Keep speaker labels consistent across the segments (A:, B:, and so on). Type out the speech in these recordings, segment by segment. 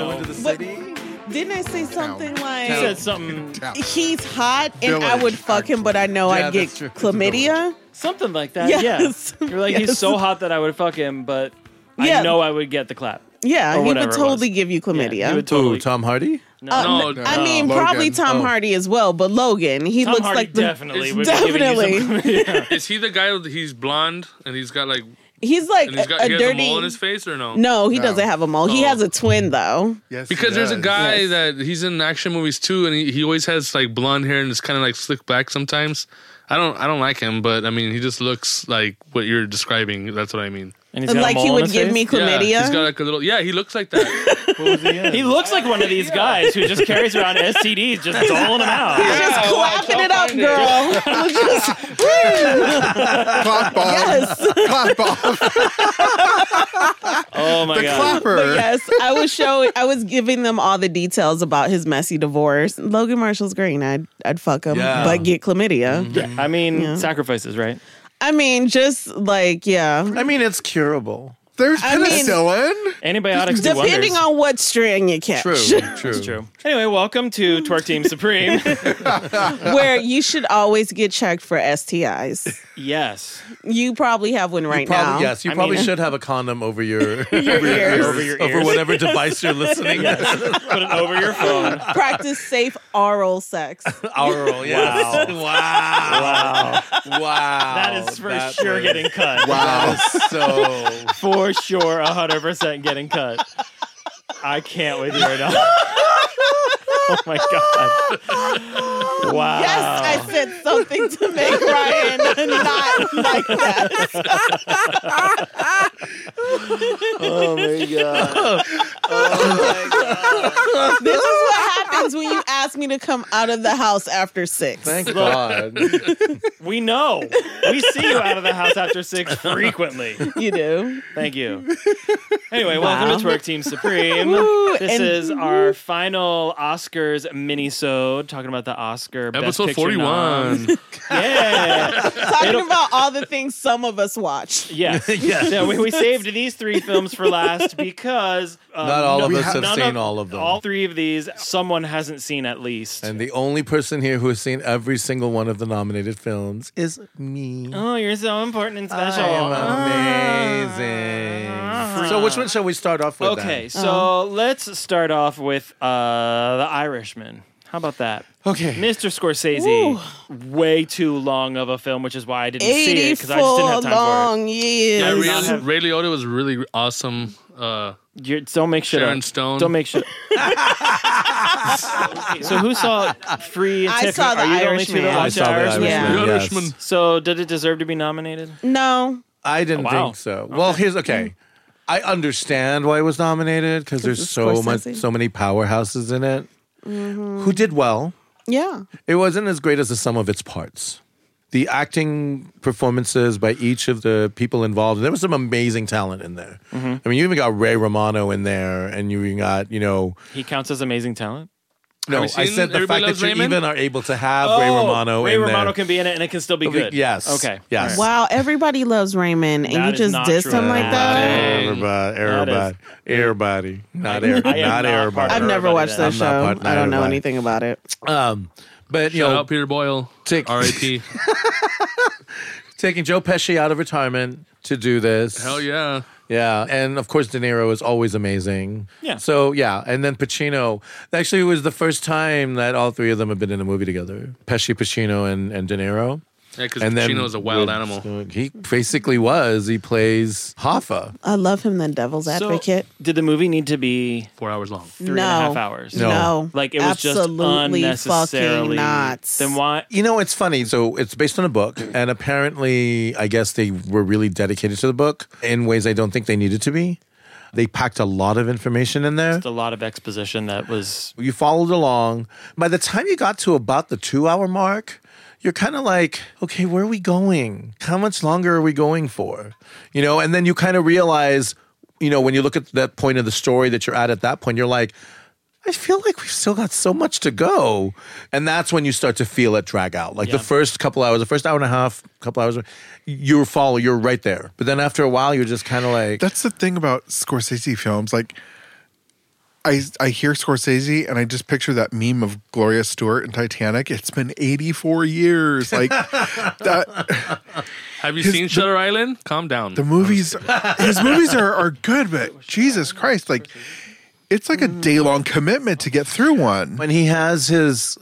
A: Oh
B: the
A: But-
B: city.
A: Didn't I say something like
C: He said something,
D: Town.
A: he's hot and I
D: Village.
A: would fuck him, but I know
B: Yeah,
A: I'd get
B: that's true. It's a
A: chlamydia?
C: something like that.
A: Yes.
C: Yeah, you're like he's
A: Yes.
C: so hot that I would fuck him, but
A: Yeah.
C: I know I would get the clap.
A: Yeah,
C: Or
A: he
C: whatever
A: would
C: it
A: totally
C: was.
A: give you chlamydia.
C: he would
B: Ooh,
C: totally.
B: Tom Hardy.
C: no,
A: Um,
C: no,
A: I mean,
D: Logan.
A: probably Tom
D: Oh.
A: Hardy as well, but Logan, he
C: Tom
A: looks
C: Hardy
A: like the,
C: definitely
E: Is-
C: would be giving you some- Yeah.
E: Is he the guy that he's blonde and he's got like
A: He's like
E: and he's got
A: a,
E: he has
A: dirty.
E: a mole in his face or no?
A: No, he
D: No.
A: doesn't have a mole. He
E: Oh.
A: has a twin though.
D: Yes,
E: Because
D: he
E: there's a
D: does.
E: guy
A: Yes.
E: that he's in action movies too, and he, he always has like blonde hair and it's kind of like slick back sometimes. I don't I don't like him, but I mean he just looks like what you're describing. That's what I mean.
C: And he's got a
A: Like he
C: mole on
A: would
C: his
A: give
C: face?
A: me
E: Yeah, he's got
A: chlamydia.
E: like a little. Yeah, he looks like that.
C: He looks like one of these guys who just carries around STDs, just doling them out.
A: Just
E: Yeah, oh, watch,
A: clapping
E: I'll
A: it up,
E: find it.
A: girl. Just-
D: Clap off.
A: yes.
D: Clap off.
C: Oh my
D: The
C: god!
D: clapper.
A: But yes, I was showing, I was giving them all the details about his messy divorce. Logan Marshall's green. I'd, I'd fuck him,
B: Yeah. Mm-hmm.
A: but get chlamydia.
C: Yeah, I mean, sacrifices, right?
A: I mean, just like yeah.
B: I mean, it's curable.
D: There's
A: I mean-
D: penicillin.
C: Antibiotics do
A: Depending
C: wonders.
A: on what strand you catch,
B: true.
C: True. Anyway, welcome to Twerk Team Supreme.
A: where you should always get checked for STIs.
C: yes.
A: You probably have one right
B: Probably
A: now.
B: yes. You
C: I
B: probably
C: mean-
B: should have a condom over your
A: ears.
C: Over your
B: over
C: ears.
B: whatever device you're listening.
C: Put it over your phone.
A: Practice safe oral sex.
B: Oral. Yes. Wow. Wow. Wow.
C: That is for
B: That
C: sure
B: was-
C: getting cut.
B: Wow. So
C: For sure, 100% getting cut. I can't with you right now. Oh my god. Wow.
A: Yes,
B: Ah.
A: I said something to make Ryan not like that.
B: Oh my god.
A: This is what happens when you ask me to come out of the house after six.
B: Thank God.
C: we know. We see you out of the house after six frequently.
A: you do.
C: Thank you. Anyway,
A: Wow.
C: welcome to Twerk Team Supreme.
A: Woo,
C: this
A: and-
C: is our final Oscars mini-sode, talking about the Oscar Best
E: Episode
C: Picture
E: forty
C: nom.
E: one.
C: Yeah.
A: Talking about all the things some of us watch.
C: Yeah.
B: Yes.
C: Yeah, we, we saved these three films for last because um,
B: Not all of
D: We
B: us
D: ha-
B: have
C: none
B: seen all of them.
C: All three of these, someone hasn't seen at least.
B: and the only person here who has seen every single one of the nominated films is me.
C: oh, you're so important and
B: I
C: special.
B: am amazing. So which one shall we start off with?
C: okay,
B: then?
C: so let's start off with uh, The Irishman. How about that?
B: Okay.
C: Mr. Scorsese, way too long of a film, which is why I didn't see it because
A: 84
C: I just didn't have time for
A: long
E: Yeah,
A: years.
E: Ray,
C: not have-
E: Ray Liotta was really awesome. Uh,
C: it. You're, don't make shit
E: Sharon
C: up.
E: Stone.
C: Don't make shit. so who saw Free? And
A: I
C: Tiffany?
A: saw The
C: Are you only two
A: Irishman.
C: that
B: I
A: I
C: watched The
B: saw the
C: Irishman?
B: Irishman.
A: Yeah.
E: The
B: yes.
E: Irishman.
C: So did it deserve to be nominated?
A: no.
B: I didn't
C: wow.
B: think so. Well, here's okay. I understand why it was nominated because there's
A: it's
B: so much,
A: Scorsese.
B: so many powerhouses in it. Who did well?
A: Yeah.
B: It wasn't as great as the sum of its parts. The acting performances by each of the people involved, there was some amazing talent in there. I mean, you even got Ray Romano in there, and you even got, you know,
C: He counts as amazing talent.
B: no, I
E: we seen
B: said the
E: Everybody
B: fact that
E: Loves
B: you
E: Raymond?
B: even are able to have Ray
C: Oh,
B: Romano
C: Ray
B: in
C: Romano
B: there.
C: can be in it, and it can still be good.
B: Yes.
C: Okay.
B: Yes.
C: All right.
A: Wow. Everybody loves Raymond, and
C: That
A: you
C: is
A: just
C: not
A: dissed
C: true.
A: him like that.
B: Everybody, everybody, everybody, not, air,
C: I am
B: not
C: not
B: everybody.
C: part
A: I've
C: Everybody
A: never watched that
C: that-
B: I'm not
A: show.
B: part-
A: I don't know
B: neither.
A: anything about it.
B: Um, but you
E: Shout
B: know,
E: out Peter Boyle.
B: Tick.
E: R.I.P.
B: taking Joe Pesci out of retirement to do this.
E: Hell yeah.
B: Yeah, and of course De Niro is always amazing.
C: Yeah.
B: So yeah, and then Pacino. Actually, it was the first time that all three of them have been in a movie together: Pesci, Pacino, and and De Niro.
E: Yeah, because
B: And then
E: Pacino's a wild
B: with-
E: animal.
B: He basically was. He plays Hoffa.
A: I love him, the devil's
C: So,
A: advocate.
C: did the movie need to be
E: Four hours long.
C: three and a half hours?
A: No.
B: No.
C: Like it was
A: Absolutely
C: just
A: fucking
C: unnecessarily
A: not.
C: Then why?
B: You know, it's funny. So it's based on a book, and apparently, I guess they were really dedicated to the book in ways I don't think they needed to be. They packed a lot of information in there.
C: It's a lot of exposition that was.
B: You followed along. By the time you got to about the two hour mark, you're kind of like, okay, where are we going? How much longer are we going for? You know, and then you kind of realize, you know, when you look at that point of the story that you're at at that point, you're like, I feel like we've still got so much to go. And that's when you start to feel it drag out. Like the
C: Yeah.
B: first couple hours, the first hour and a half, couple hours, you're follow, you're right there. But then after a while, you're just kind of like,
D: That's the thing about Scorsese films. Like, I I hear Scorsese and I just picture that meme of Gloria Stewart in Titanic. It's been 84 years. Like that
E: Have you seen Shutter Island? Calm down.
D: the movies his movies are, are good, but Jesus Christ, like it's like a day long commitment to get through one.
B: when he has his,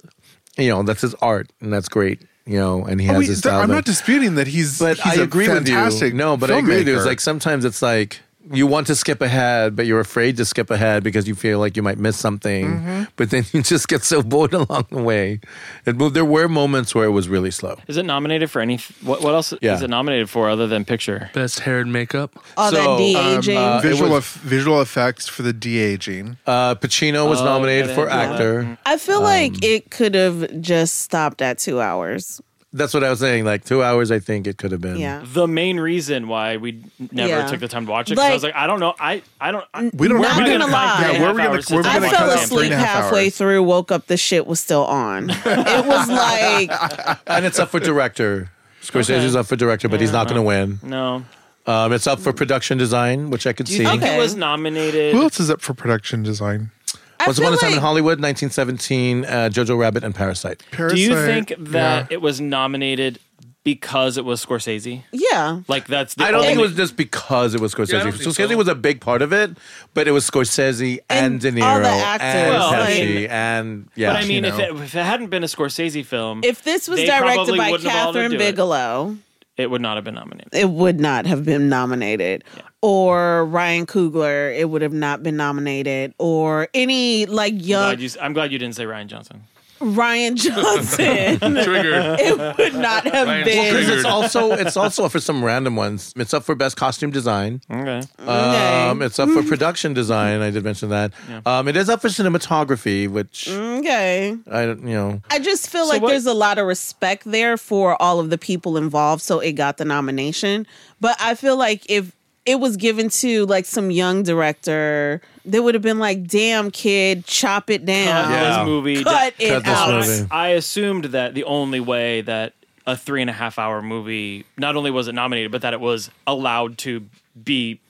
B: you know, that's his art, and that's great. You know, and he has
D: Oh, he-
B: his style.
D: I'm
B: that-
D: not disputing that he's
B: but
D: he's
B: I
D: a
B: agree with you.
D: fantastic
B: No, but I agree with you. It's
D: filmmaker.
B: like sometimes it's like you want to skip ahead, but you're afraid to skip ahead because you feel like you might miss something. But then you just get so bored along the way. It, well, there were moments where it was really slow.
C: Is it nominated for any? What, what else
B: Yeah.
C: is it nominated for other than picture?
E: Best hair and makeup.
A: All
B: So,
A: that de aging.
B: uh, it
D: visual
B: was-
D: eff- visual effects for the de aging.
B: Uh, Pacino was
C: Oh,
B: nominated
C: yeah,
B: for
C: they had that.
B: actor.
A: I
B: um,
A: feel like it could have just stopped at two hours.
B: That's what I was saying. Like two hours, I think it could have been.
A: Yeah.
C: The main reason why we never
A: Yeah.
C: took the time to watch it because I was
A: Like-
C: like, I don't know, I I don't. I,
D: We don't.
A: Not
D: we
A: gonna
D: didn't-
A: lie.
D: Yeah, where
C: Half
D: we gonna?
C: hours
D: Where we
C: to
A: I
D: gonna
A: fell
C: like goddamn
D: cut that? Three
A: asleep
D: and a half
A: halfway
D: hours.
A: through, woke up, the shit was still on. it was like,
B: And it's up for director. Scorsese's
C: Okay.
B: up for director, but he's not going to win.
C: no,
B: Um, it's up for production design, which I could
C: do you
B: see.
C: think
A: Okay.
C: it was nominated?
D: Who else is up for production design?
A: I
B: Once
A: feel
B: Upon a Time in
A: like
B: Hollywood, 1917, uh, Jojo Rabbit and Parasite.
C: Do you
D: Parasite,
C: think that
D: yeah.
C: it was nominated because it was Scorsese?
A: yeah.
C: Like that's the
B: I don't
C: only,
B: think it was just because it was Scorsese.
E: Yeah, I don't think
B: Scorsese
E: so.
B: was a big part of it, but it was Scorsese and,
A: And
B: De Niro
A: all the actors,
B: and
C: Well, I
B: Pesci
C: mean-
B: and yeah.
C: But I mean, if
D: know.
C: it, if it hadn't been a Scorsese film,
A: If this was
C: They
A: directed
C: probably
A: by
C: wouldn't have bothered to
A: Catherine
C: do it.
A: Bigelow,
C: it would not have been nominated.
A: it would not have been nominated. Or Ryan Coogler, it would have not been nominated. Or any like young
C: Glad you, I'm glad you didn't say Ryan Johnson.
A: Ryan Johnson,
E: Trigger.
A: it would not have
E: Ryan
A: been.
B: because
E: Coogler.
B: it's also it's also up for some random ones. It's up for best costume design.
C: Okay.
B: Um, it's up for production design. I did mention that. Um, it is up for cinematography, which
A: Mm. Okay.
B: I don't, you know.
A: I just feel like
C: what-
A: there's a lot of respect there for all of the people involved, so it got the nomination. But I feel like if it was given to like some young director, they would have been like, "Damn, kid, chop it down,
B: Yeah.
C: This movie.
A: Uh, cut it
B: Cut this
A: out."
B: movie.
C: I, I assumed that the only way that a three and a half hour movie not only was it nominated, but that it was allowed to be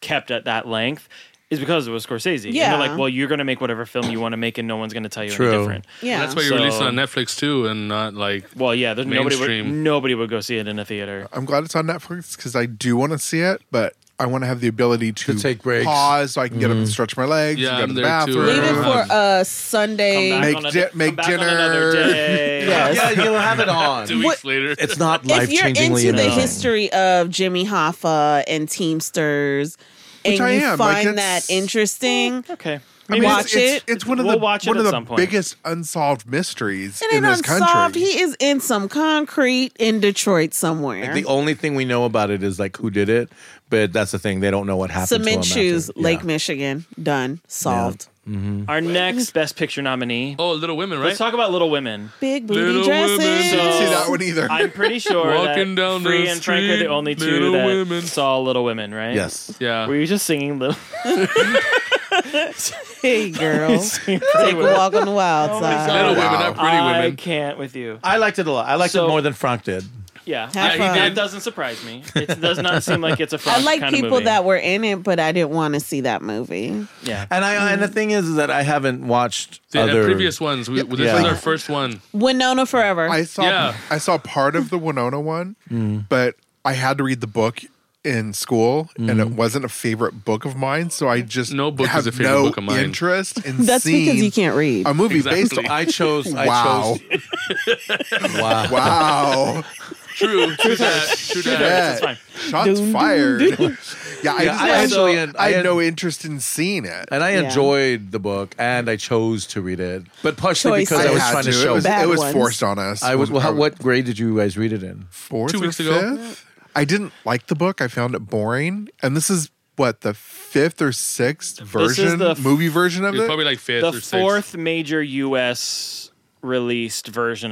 C: kept at that length is because it was Scorsese.
A: Yeah.
C: And they're like, well, you're going to make whatever film you want to make and no one's going to tell you
B: True.
C: any different.
A: Yeah,
E: That's why you
C: So-
E: release it on Netflix too, and not like.
C: Well, yeah, there's nobody would,
E: Mainstream.
C: nobody would go see it in a theater.
D: I'm glad it's on Netflix because I do want to see it, but I want to have the ability to,
B: To take breaks. Mm.
D: pause so I can get up and stretch my legs,
E: Yeah,
D: yeah, go to
E: I'm
D: the
E: there too.
D: bathroom.
A: leave it
E: Leaving
A: for
E: Um,
A: uh, Sunday.
C: Come back
D: Make
C: on a-
D: di-
C: come
D: make
C: back on another
D: dinner.
C: day.
B: Yeah, you'll have it on.
E: Two weeks later.
B: It's not
A: If
B: life
A: you're
B: changingly
A: into the
B: amazing.
A: history of Jimmy Hoffa and Teamsters, and
D: I
A: you
D: am, like,
A: find
D: that's-
A: that interesting,
C: Okay.
D: I mean,
A: Watch
D: it's, it's,
A: it.
D: it's one of
C: We'll
D: the
C: watch it
D: one of
C: at
D: the
C: some point.
D: biggest unsolved mysteries
A: It
D: in
A: ain't
D: this
A: unsolved.
D: country.
A: He is in some concrete in Detroit somewhere.
B: The only thing we know about it is like who did it, but that's the thing. They don't know what happened.
A: Cement
B: to him
A: shoes,
B: after.
A: Lake
B: Yeah.
A: Michigan. Done. Solved.
C: Our next Best Picture nominee.
E: Oh, Little Women, right?
C: Let's talk about Little Women.
A: Big booty
E: Little
A: dresses.
E: women.
D: See that one either?
C: I'm pretty sure
E: Walking
C: that
E: down the
C: Free and Frank are the
E: street,
C: only two
E: Little
C: that
E: Women.
C: saw Little Women, right?
B: Yes.
E: yeah.
C: Were you just singing Little?
A: Hey, girl.
C: singing
A: Take a walk on the wild
B: Oh
E: It's
A: side.
E: Little
D: Wow.
E: Women, not Pretty
C: I
E: Women.
C: can't with you.
B: I liked it a lot. I liked
C: So-
B: it more than Frank did.
C: Yeah,
A: Have
C: I-
A: fun.
C: that doesn't surprise me. It does not seem like it's a fun
A: I like
C: kind of
A: people
C: movie.
A: that were in it, but I didn't want to see that movie.
C: Yeah,
B: And I and the thing is that I haven't watched
E: The
B: other
E: previous ones. We, This
B: Yeah.
E: is our first one.
A: Winona Forever.
D: I saw
E: Yeah.
D: I saw part of the Winona one,
B: Mm.
D: but I had to read the book in school, and
B: Mm.
D: it wasn't a favorite book of mine, so I just
E: No book is
D: have
E: a favorite
D: no
E: book of mine.
D: Interest in
A: That's
D: seeing
A: because you can't read.
D: a movie based
E: Exactly.
D: on.
B: I chose.
D: Wow.
B: I chose. Wow.
D: Wow.
E: True. True that. True that.
D: Yeah.
C: it's fine.
D: Shots fired. yeah, I,
B: Yeah,
D: just,
B: I
D: I, had,
B: actually
D: no-
B: had-
D: I
B: I
D: had
B: had-
D: no interest in seeing it.
B: And I
A: Yeah.
B: enjoyed the book, and I chose to read it, but partially
A: Choices.
B: because I, was
D: had
B: trying to,
D: to. It
B: show.
D: was,
A: Bad
D: it was
A: ones.
D: forced on us.
B: I was.
D: When
B: Well, how,
D: was
B: what grade did you guys read it in?
D: fourth
E: Two
D: or
E: weeks ago.
D: fifth? I didn't like the book. I found it boring. And this is what the fifth or sixth
C: is
D: version,
C: the f-
D: movie version of
E: It's
D: it.
E: probably like fifth
C: The
E: or sixth.
C: fourth major U.S.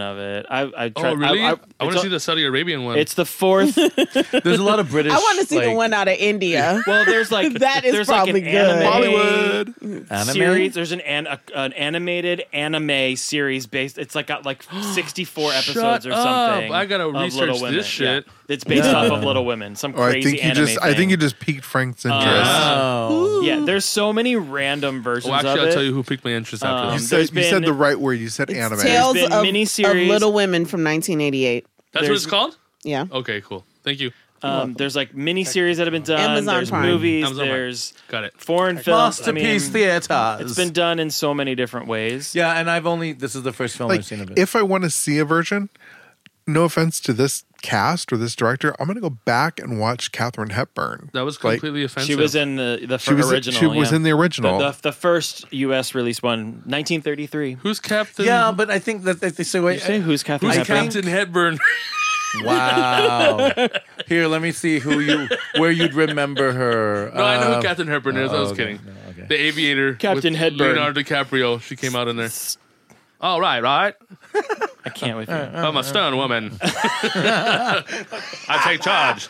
E: Oh, really?
C: I,
E: I, want
C: it's,
E: to see the Saudi Arabian one.
C: It's the fourth.
B: There's a lot of British.
A: I want to see the
B: like,
A: one out of India.
C: Well, there's like
A: That is
C: there's like
A: probably
C: an
A: good.
C: anime
D: Bollywood.
B: anime?
C: series. There's an an, a, an animated anime series based. It's like got like 64 episodes or
E: up.
C: something.
E: I gotta
C: of
E: research
C: Little Women.
E: this shit.
C: Yeah. It's based off of Little Women. Some
D: Or
C: crazy
D: I think you
C: anime
D: just
C: thing. Um,
D: I think you just piqued Frank's interest.
B: Oh.
C: Yeah, there's so many random versions
E: oh, Ah. actually,
C: of
E: I'll
C: it.
E: tell you who piqued my interest
C: Um,
E: after
D: you
E: that.
D: said
C: there's
D: you said
C: been-
D: the right word. You said anime.
A: Tales
C: been
A: of, of
C: miniseries.
A: Little Women from 1988.
E: That's what it's
C: there's-
E: called.
A: Yeah.
C: Oh,
E: Okay, cool. Thank you.
C: Um, there's like mini series that have been done.
A: Amazon
C: there's
A: Prime.
C: movies.
E: Amazon Prime.
C: there's
E: Got it.
C: foreign films. I mean,
B: Masterpiece theaters.
C: it's been done in so many different ways.
B: Yeah, and I've only this is the first film I've
D: Like
B: seen of it.
D: if I want to see a version, no offense to this cast or this director, I'm gonna go back and watch Katherine Hepburn.
E: That was
D: Like,
E: completely offensive.
C: She was in the the
D: she was
C: original.
D: she was
C: yeah.
D: in the original.
C: The, the, the first U.S. release one, 1933.
E: Who's Captain?
B: yeah, but I think that they say
C: You
B: wait.
C: say who's Catherine
E: Who's
B: I
C: Hepburn?
B: can't-
E: Captain Hepburn?
B: Wow. Here, let me see who you where you'd remember her.
E: no, I know who
B: Uh,
E: Captain Hepburn is. I was
B: okay.
E: kidding.
B: No, okay.
E: The Aviator.
C: Captain
E: with
C: Hepburn.
E: Leonardo DiCaprio. She came out in there. All right, right.
C: I can't wait. For you.
E: I'm a stern woman. I take charge.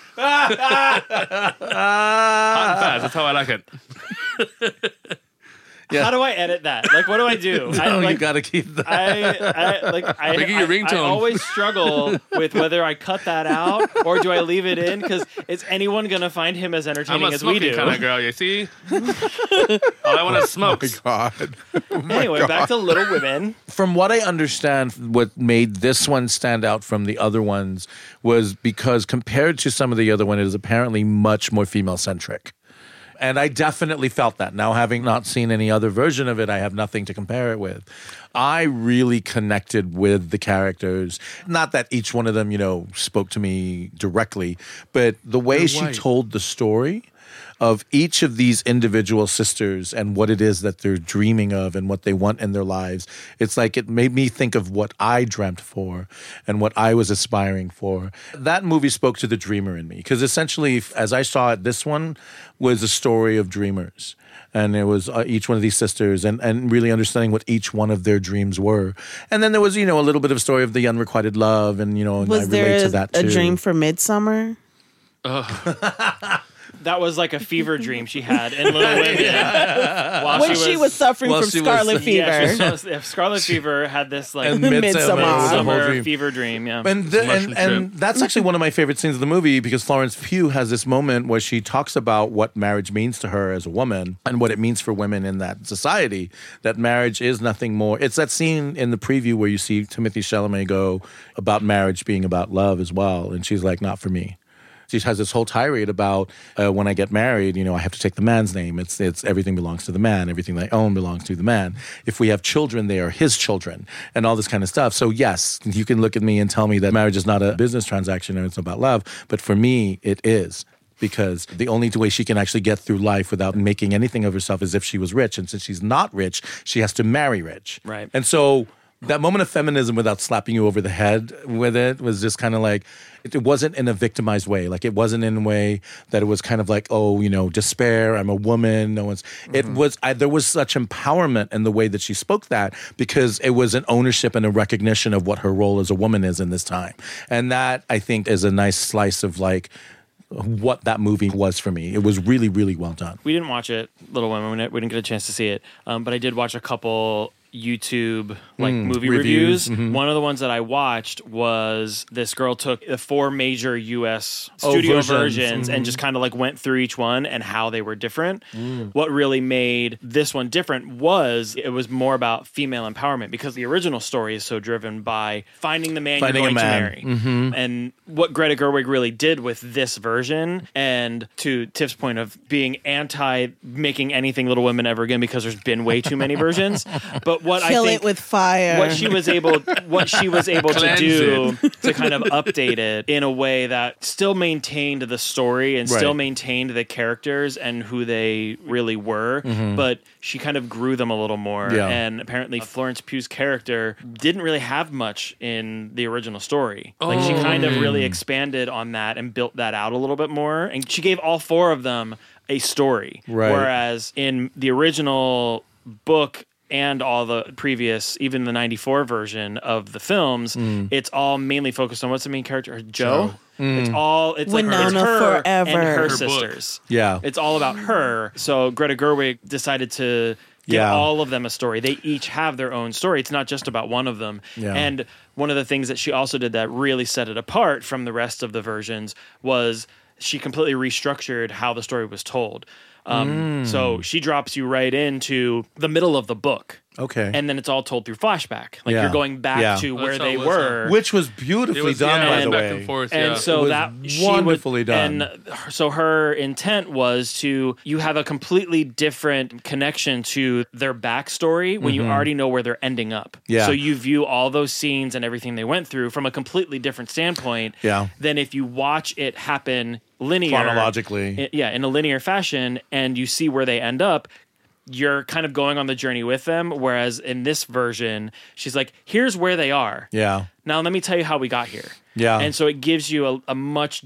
E: Hot and fast. That's how I like it.
C: How do I edit that? Like, what do I do? I,
B: Oh,
C: like,
B: you got to keep that.
C: I, I like I,
E: Make it your
C: I,
E: ringtone.
C: I always struggle with whether I cut that out or do I leave it in because is anyone gonna find him as
E: I'm
C: entertaining
E: a
C: as we
E: smoking
C: do?
E: kind of girl, you see? All I want is smoke.
D: Oh God. Oh
C: anyway, back to Little Women.
B: From what I understand, what made this one stand out from the other ones was because compared to some of the other one, it is apparently much more female centric. And I definitely felt that. Now, having not seen any other version of it, I have nothing to compare it with. I really connected with the characters. Not that each one of them, you know, spoke to me directly, but the way she told the story of each of these individual sisters and what it is that they're dreaming of and what they want in their lives. It's like it made me think of what I dreamt for and what I was aspiring for. That movie spoke to the dreamer in me because essentially, f- as I saw it, this one was a story of dreamers. And it was uh, each one of these sisters, and, and really understanding what each one of their dreams were. And then there was, you know, a little bit of story of the unrequited love, and you know, and I
A: Was
B: relate
A: there
B: to that
A: a
B: too.
A: dream for Midsummer?
C: That was like a fever dream she had in Little Women while
A: When she was suffering
B: while
A: from
B: she was-
A: scarlet fever.
C: Yeah, she was, if Scarlet Fever had this like
B: And
C: summer
B: Midsummer,
A: Midsommar.
B: was the whole dream.
C: fever dream. Yeah,
B: And, the,
E: Mushroom
B: and, and
E: trip.
B: that's actually one of my favorite scenes of the movie because Florence Pugh has this moment where she talks about what marriage means to her as a woman and what it means for women in that society. That marriage is nothing more. It's that scene in the preview where you see Timothy Chalamet go about marriage being about love as well. And she's like, not for me. She has this whole tirade about uh, when I get married, you know, I have to take the man's name. It's it's everything belongs to the man. Everything I own belongs to the man. If we have children, they are his children, and all this kind of stuff. So yes, you can look at me and tell me that marriage is not a business transaction and it's about love, but for me, it is. Because the only way she can actually get through life without making anything of herself is if she was rich. And since she's not rich, she has to marry rich.
C: Right.
B: And so that moment of feminism without slapping you over the head with it was just kind of like it, it wasn't in a victimized way like it wasn't in a way that it was kind of like oh you know despair i'm a woman no one's it was I, there was such empowerment in the way that she spoke that because it was an ownership and a recognition of what her role as a woman is in this time and that i think is a nice slice of like what that movie was for me it was really really well done
C: we didn't watch it, Little Women. We didn't- We didn't get a chance to see it, um, but I did watch a couple YouTube like movie
B: Mm, reviews, mm-hmm.
C: reviews. One of the ones that I watched was this girl took the four major U.S.
B: Oh,
C: studio
B: versions. mm-hmm.
C: versions and just kind of like went through each one and how they were different.
B: Mm.
C: What really made this one different was it was more about female empowerment because the original story is so driven by finding the man
B: Finding a
C: you're going
B: man.
C: to marry
A: Mm-hmm.
C: and what Greta Gerwig really did with this version, and to Tiff's point of being anti making anything Little Women ever again because there's been way too many versions. But what
A: Kill
C: I think
A: it with fire.
C: what she was able what she was able to
E: Cleanse
C: do to kind of update it in a way that still maintained the story and still
B: Right.
C: maintained the characters and who they really were but she kind of grew them a little more
B: Mm-hmm. Yeah.
C: and apparently Florence Pugh's character didn't really have much in the original story like she
E: Oh,
C: kind of
E: okay.
C: really expanded on that and built that out a little bit more and she gave all four of them a story
B: Right.
C: whereas in the original book and all the previous, even the 94 version of the films,
B: Mm.
C: it's all mainly focused on what's the main character? Her- Joe? It's
B: Mm.
C: all, it's like it's
A: Winona
C: her
A: Forever.
C: and her,
A: Her
E: book.
C: sisters.
B: Yeah.
C: It's all about her. So Greta Gerwig decided to give
B: Yeah.
C: all of them a story. They each have their own story. It's not just about one of them.
B: Yeah.
C: And one of the things that she also did that really set it apart from the rest of the versions was she completely restructured how the story was told.
B: Mm.
C: Um, So she drops you right into the middle of the book.
B: Okay.
C: And then it's all told through flashback. Like
B: Yeah.
C: you're going back
B: Yeah.
C: to
E: Well,
C: where
E: that's how
C: they
E: it was,
C: were.
B: Which was beautifully
E: It was
B: done,
E: yeah,
B: by
E: and
B: the
E: back
B: way.
E: and forth.
C: And
E: yeah.
C: so
B: was
C: that she would-
B: wonderfully done.
C: And her- so her intent was to you have a completely different connection to their backstory when you already know where they're ending up.
B: Mm-hmm. Yeah.
C: So you view all those scenes and everything they went through from a completely different standpoint.
B: Yeah.
C: Than if you watch it happen linear
B: Chronologically.
C: i- yeah, in a linear fashion, and you see where they end up, you're kind of going on the journey with them. Whereas in this version, she's like, here's where they are.
B: Yeah.
C: Now let me tell you how we got here.
B: Yeah.
C: And so it gives you a, a much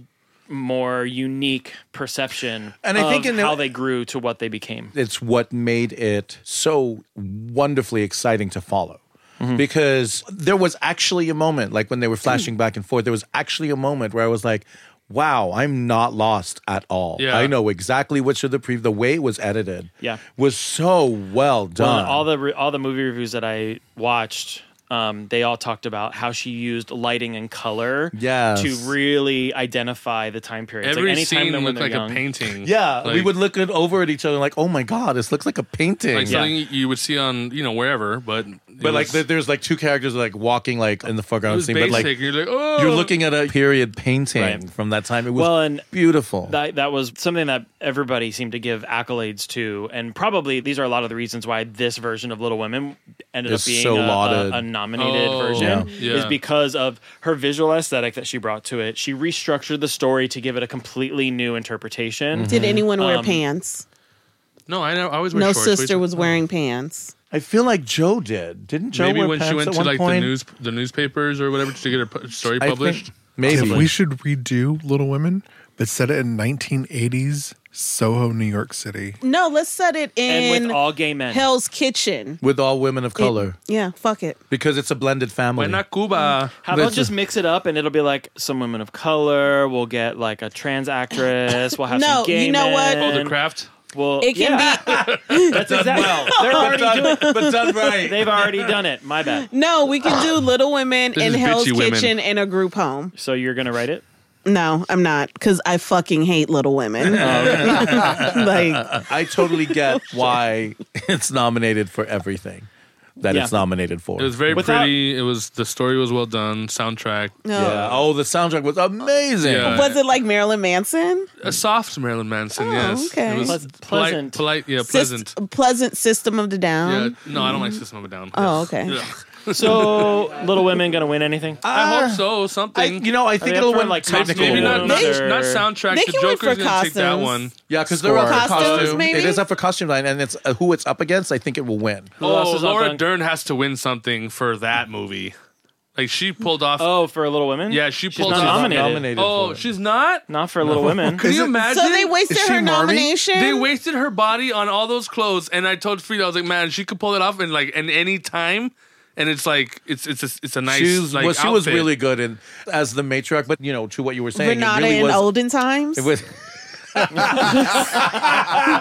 C: more unique perception
B: And I
C: of
B: think in the-
C: how they grew to what they became.
B: it's what made it so wonderfully exciting to follow.
E: Mm-hmm.
B: Because there was actually a moment, like when they were flashing back and forth, there was actually a moment where I was like, wow, I'm not lost at all.
E: Yeah.
B: I know exactly which of the pre, the way it was edited
C: Yeah.
B: was so well
C: Well,
B: done.
C: all the re- all the movie reviews that I watched, um, they all talked about how she used lighting and color
B: Yes.
C: to really identify the time period.
E: every
C: like anytime
E: scene
C: that when
E: looked
C: they're
E: like
C: young,
E: a painting.
B: yeah, we
E: Like-
B: would look it over at each other like, oh my God, this looks like a painting.
E: like
C: Yeah.
E: something you would see on you know wherever, but it
B: But like
E: was-
B: there- there's like two characters like walking like in the
E: it
B: foreground
E: was
B: scene,
E: basic.
B: but like
E: and you're like oh,
B: you're looking at a period painting
C: Right.
B: from that time. It was
C: Well, and
B: beautiful.
C: that that was something that everybody seemed to give accolades to, and probably these are a lot of the reasons why this version of Little Women ended
B: Is
C: up being
B: so
C: a- a,
B: lauded.
C: a nominated
E: Oh,
C: version
E: yeah.
C: is
E: Yeah.
C: because of her visual aesthetic that she brought to it. She restructured the story to give it a completely new interpretation.
B: Mm-hmm.
A: Did anyone
C: Um,
A: wear pants?
E: no, I, know, I always wear
A: No
E: shorts.
A: sister
E: Wait,
A: was wearing pants.
B: I feel like Joe did. Didn't Joe
E: maybe
B: wear
E: when she
B: pants
E: went
B: at
E: to
B: one
E: like
B: point?
E: the news the newspapers or whatever to get her pu- story
B: I think-
E: published.
B: maybe.
D: If we should redo Little Women, but set it in 1980s Soho, New York City.
A: No, let's set it
C: And
A: in
C: with all gay men,
A: Hell's Kitchen.
B: with all women of color
A: Yeah, fuck it.
B: because it's a blended family.
E: Why not Cuba?
C: how about
B: Listen.
C: just mix it up and it'll be like some women of color. We'll get like a trans actress. We'll have
A: No,
C: some gay
A: you know what?
C: men.
E: Oh, the craft.
C: Well,
A: It can
C: yeah,
A: be
C: that's exactly. They're
B: but,
C: already doing.
B: done, but done right.
C: They've already done it. My bad.
A: no. We can do Little Women
E: This
A: and
E: is
A: Hell's
E: bitchy women.
A: Kitchen and a group home.
C: So you're gonna write it.
A: No, I'm not because I fucking hate Little Women. Um, like
B: I totally get why it's nominated for everything that
C: Yeah.
B: it's nominated for.
E: It was very
C: Without-
E: pretty. It was the story was well done. Soundtrack.
A: no.
B: yeah. Oh, the soundtrack was amazing.
E: Yeah.
A: Was it like Marilyn Manson?
E: A soft Marilyn Manson.
A: Oh,
E: yes.
A: okay.
E: It was
C: Pleas-
E: polite-
C: pleasant.
E: Polite. Yeah.
A: Sys-
E: Pleasant.
A: pleasant System of the
E: Yeah.
A: Down.
E: No, I don't like System of a Down.
A: Oh,
E: Yes.
A: okay.
E: Yeah.
C: So, Little Women gonna win anything?
E: I
B: Ah,
E: hope so.
B: I,
E: Something.
B: you know, I think
C: they up
B: it'll
C: for,
B: win
C: like,
B: like
C: costume
B: technical
E: Maybe not,
B: awards.
E: not,
C: They're-
E: not soundtrack.
A: They
E: The
A: can win
E: Joker's
A: for
E: gonna take that
A: costumes.
E: one.
B: Yeah, because they're up
D: Score.
B: for
A: Costumes,
B: costume.
A: maybe?
B: It is up for costume line, and it's uh, who it's up against. I think it will win.
C: Who else
E: Oh,
C: is up
E: Laura
C: on-
E: Dern has to win something for that movie. Like she pulled off.
C: Oh, for Little Women?
E: Yeah, she
C: She's
E: pulled
C: not
E: off-
C: nominated.
B: Nominated.
E: oh,
B: for it.
E: she's not.
C: Not for Little Women.
E: Can you
D: it-
E: imagine?
A: So they wasted
D: Is she
A: her
D: Marmy?
A: nomination.
E: They wasted her body on all those clothes, and I told Frida, I was like, "Man, she could pull it off in like in any time." And it's like it's it's a, it's a nice
B: she was,
E: like
B: well, she was
E: outfit.
B: really good in as the matriarch, but you know, to what you were saying,
A: Renata
B: it really
A: in
B: was.
A: olden times.
B: it was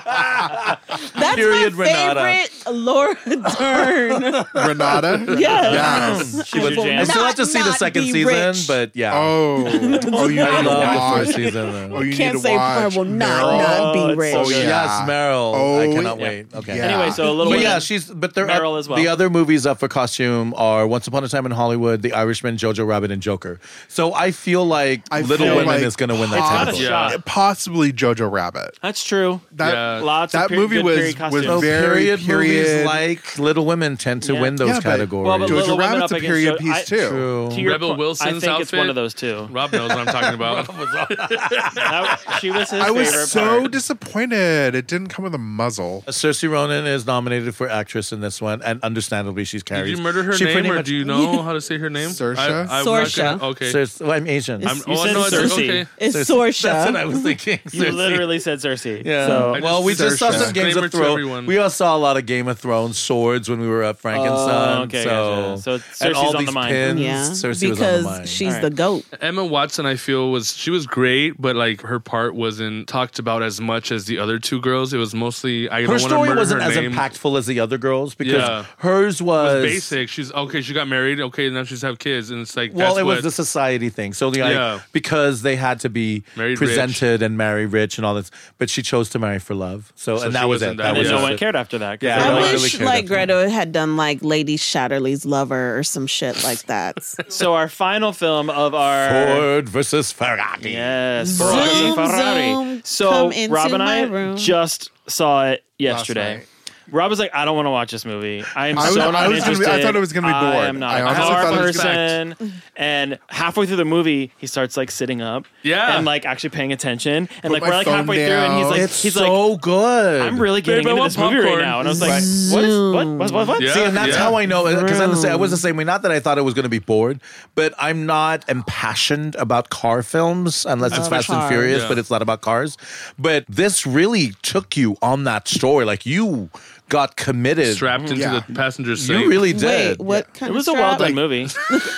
A: That's
B: Period,
A: my
B: Renata.
A: favorite Laura Dern.
D: Renata?
A: Yes.
D: Yes.
C: She's your
A: Well,
C: jam.
B: I still
A: Not-
B: have to see the
A: not
B: second
A: be
B: season,
A: rich.
B: but yeah.
D: Oh. Oh, you
B: I love
D: need to
B: the
D: watch.
B: first season. though.
D: Oh, you
A: Can't
D: need to
A: say
D: watch.
A: Marvel, not-
D: Meryl.
A: not be
C: Oh, it's
A: rich.
C: so
B: Oh,
C: good.
B: yes, Meryl.
D: Oh,
B: I cannot
D: yeah.
B: wait. Okay.
D: Yeah.
C: Anyway, so Little
B: But
C: Women.
B: yeah, she's but they're up-
C: Meryl as well.
B: the other movies up for costume are Once Upon a Time in Hollywood, The Irishman, Jojo Rabbit, and Joker. So I feel like
D: I
B: Little
D: feel
B: Women
D: like
B: is going to win
C: It's
B: that
C: got a
B: title.
E: Yeah.
C: shot.
D: Possibly Jojo Rabbit.
C: That's true.
D: That,
E: Yeah.
C: Lots of
D: that
C: period,
D: movie
C: good
D: was-
C: period
D: was
C: costumes.
B: So
D: very-
B: period, movies
D: period-
B: like Little Women tend to
C: Yeah.
B: win those
D: Yeah, but-
B: categories.
C: Well, but
D: Jojo
C: Little Women
D: Rabbit's
C: up
D: a
C: against
D: period
C: Jo-
D: piece
C: I-
D: too.
B: Troo.
C: To your
E: Rebel
C: point,
E: Wilson's
C: I think it's
E: outfit.
C: one of those two.
E: Rob knows what I'm talking about.
C: That- she was his
D: I was
C: favorite
D: so
C: part.
D: disappointed. It didn't come with a muzzle.
B: Cersei Uh, Ronan is nominated for actress in this one, and understandably, she's
E: Did
B: carried.
E: you murder her
B: she
E: name,
B: pretty
E: or
B: much-
E: do you know how to say her name?
D: Saoirse?
E: I, I'm not
A: Saoirse.
E: gonna- okay.
B: Cersei- well, I'm Asian.
E: I'm,
A: You
E: oh,
C: said
E: no, it's
C: Cersei.
E: okay.
A: It's
B: That's what I
A: Sorsha.
B: was thinking.
E: Yeah, Cersei.
C: literally said Cersei.
B: Yeah.
C: So
E: I
B: well, we just saw
D: Cersei.
B: some Games
E: Disclaimer
B: of
E: to everyone.
B: Thrones. We all saw a lot of Game of Thrones swords when we were at Frankenstein.
C: Oh, okay,
B: so,
C: gotcha. So
B: and all
C: Cersei's on
B: these
C: the mind.
B: Pins,
A: Yeah,
B: Cersei was on
A: because
B: the mind.
A: she's
C: Alright.
A: the goat.
E: Emma Watson, I feel, was she was great, but like her part wasn't talked about as much as the other two girls. It was mostly I
B: her
E: don't want
B: story
E: to murder
B: wasn't
E: her
B: as
E: name.
B: impactful as the other girls because
E: Yeah.
B: hers was,
E: It was basic. She's okay. She got married. Okay, now she's have kids, and it's like
B: Well,
E: that's
B: it
E: what,
B: was the society thing. So like,
E: Yeah.
B: because they had to be
E: Married rich.
B: presented and marry rich and all this, but she chose to marry for love. So,
E: So
B: and
E: she
B: that was
E: wasn't
B: it.
E: that
B: That
C: and
B: was
C: then
E: Yeah.
C: no
B: it.
C: one cared after that. 'cause
B: Yeah,
C: they're
B: no
A: I
B: one
C: like-
B: really
A: wish
B: cared
A: like
B: about that.
A: Greta had done like Lady Shatterley's lover or some shit like that.
C: so our final film of our
B: Ford versus Ferrari.
C: yes,
A: Zoom,
C: Ferrari, Uh, Ferrari.
A: zoom,
C: so
A: come into
C: Rob and
A: my
C: I
A: room.
C: just saw it yesterday.
D: night.
C: Rob was like, I don't want to watch this movie. I am
D: I was-
C: so
D: I was gonna be-
C: uninterested.
D: I thought it was gonna be bored.
C: I am not
D: I
C: a
D: honestly
C: car
D: thought it was
C: person. And halfway through the movie, he starts like sitting up,
E: Yeah.
C: and like actually paying attention. And
D: Put
C: like
D: my
C: we're like
D: phone
C: halfway through, and he's
D: down.
C: like,
B: It's
C: he's like,
B: so good.
C: I'm really getting
E: Babe, I
C: into
E: want
C: this movie right
E: popcorn.
C: now. And I was like,
D: Right.
C: what is, what, what, what, what?
E: Yeah.
B: See, and that's
E: yeah.
B: how I know because I'm the same. I was the same way. Not that I thought it was going to be bored, but I'm not impassioned about car films unless it's
A: Of
B: Fast and
A: cars.
B: Furious,
E: Yeah.
B: but it's not about cars. But this really took you on that story. Like you got committed.
E: strapped into
D: Yeah.
E: the passenger seat.
B: you really
A: Wait,
B: did.
A: what kind
C: It
A: of
C: was a well
A: strap?
C: done movie.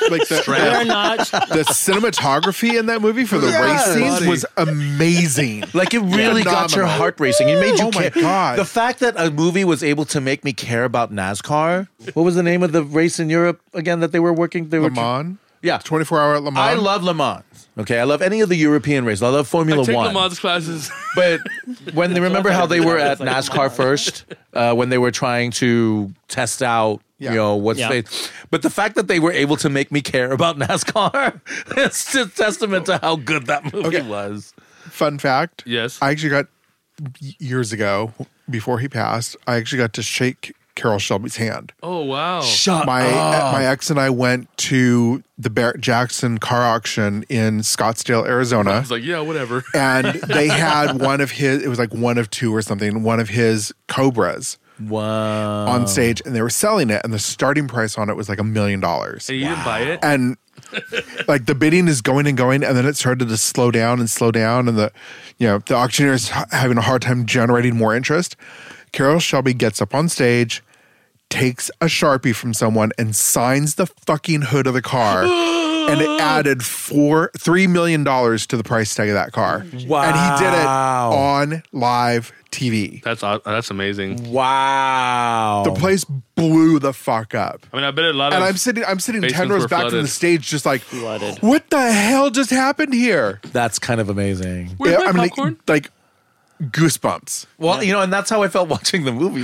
D: Like the,
C: They're not
D: the cinematography in that movie for the
B: Yes.
D: race scenes was amazing.
B: Like it really got your
D: Phenomenal.
B: heart racing. It made you
D: Oh my
B: care.
D: God.
B: The fact that a movie was able to make me care about NASCAR. What was the name of the race in Europe again that they were working? They
D: Le
B: were
D: Mans,
B: Yeah,
D: 24 hour at Le Mans.
B: I love Le Mans. Okay, I love any of the European races. I love Formula
E: I take
B: One.
E: the mods classes.
B: But when they remember how they were at
C: It's like,
B: NASCAR first, uh, when they were trying to test out,
D: Yeah.
B: you know, what's
C: Yeah.
B: faith. But the fact that they were able to make me care about NASCAR is just testament to how good that movie
D: Okay.
B: was.
D: Fun fact.
E: Yes.
D: I actually got years ago, before he passed, I actually got to shake Carol Shelby's hand.
E: Oh wow.
B: Shut
D: my
B: up.
D: my ex and I went to the Barrett Jackson car auction in Scottsdale,
E: I
D: Arizona,
E: was like, yeah, whatever.
D: and they had one of his. It was like one of two or something. One of his Cobras
B: Wow.
D: on stage, and they were selling it, and the starting price on it was like a million dollars.
E: And you didn't buy it.
D: And like the bidding is going and going, and then it started to slow down and slow down, and the you know the auctioneer is h- having a hard time generating more interest. Carol Shelby gets up on stage. Takes a sharpie from someone and signs the fucking hood of the car, and it added four three million dollars to the price tag of that car.
B: Wow.
D: And he did it on live TV.
E: That's aw- that's amazing.
B: Wow.
D: The place blew the fuck up.
E: I mean, I bet a lot
D: and
E: of
D: I'm sitting I'm sitting ten
E: basements
D: rows
E: were
D: back from the
E: flooded.
D: stage, just like,
C: Flooded.
D: what the hell just happened here?
B: That's kind of amazing.
E: Where's
D: Yeah,
E: my
D: I mean,
E: popcorn?
D: like goosebumps.
B: Well, you know, and that's how I felt watching the movie.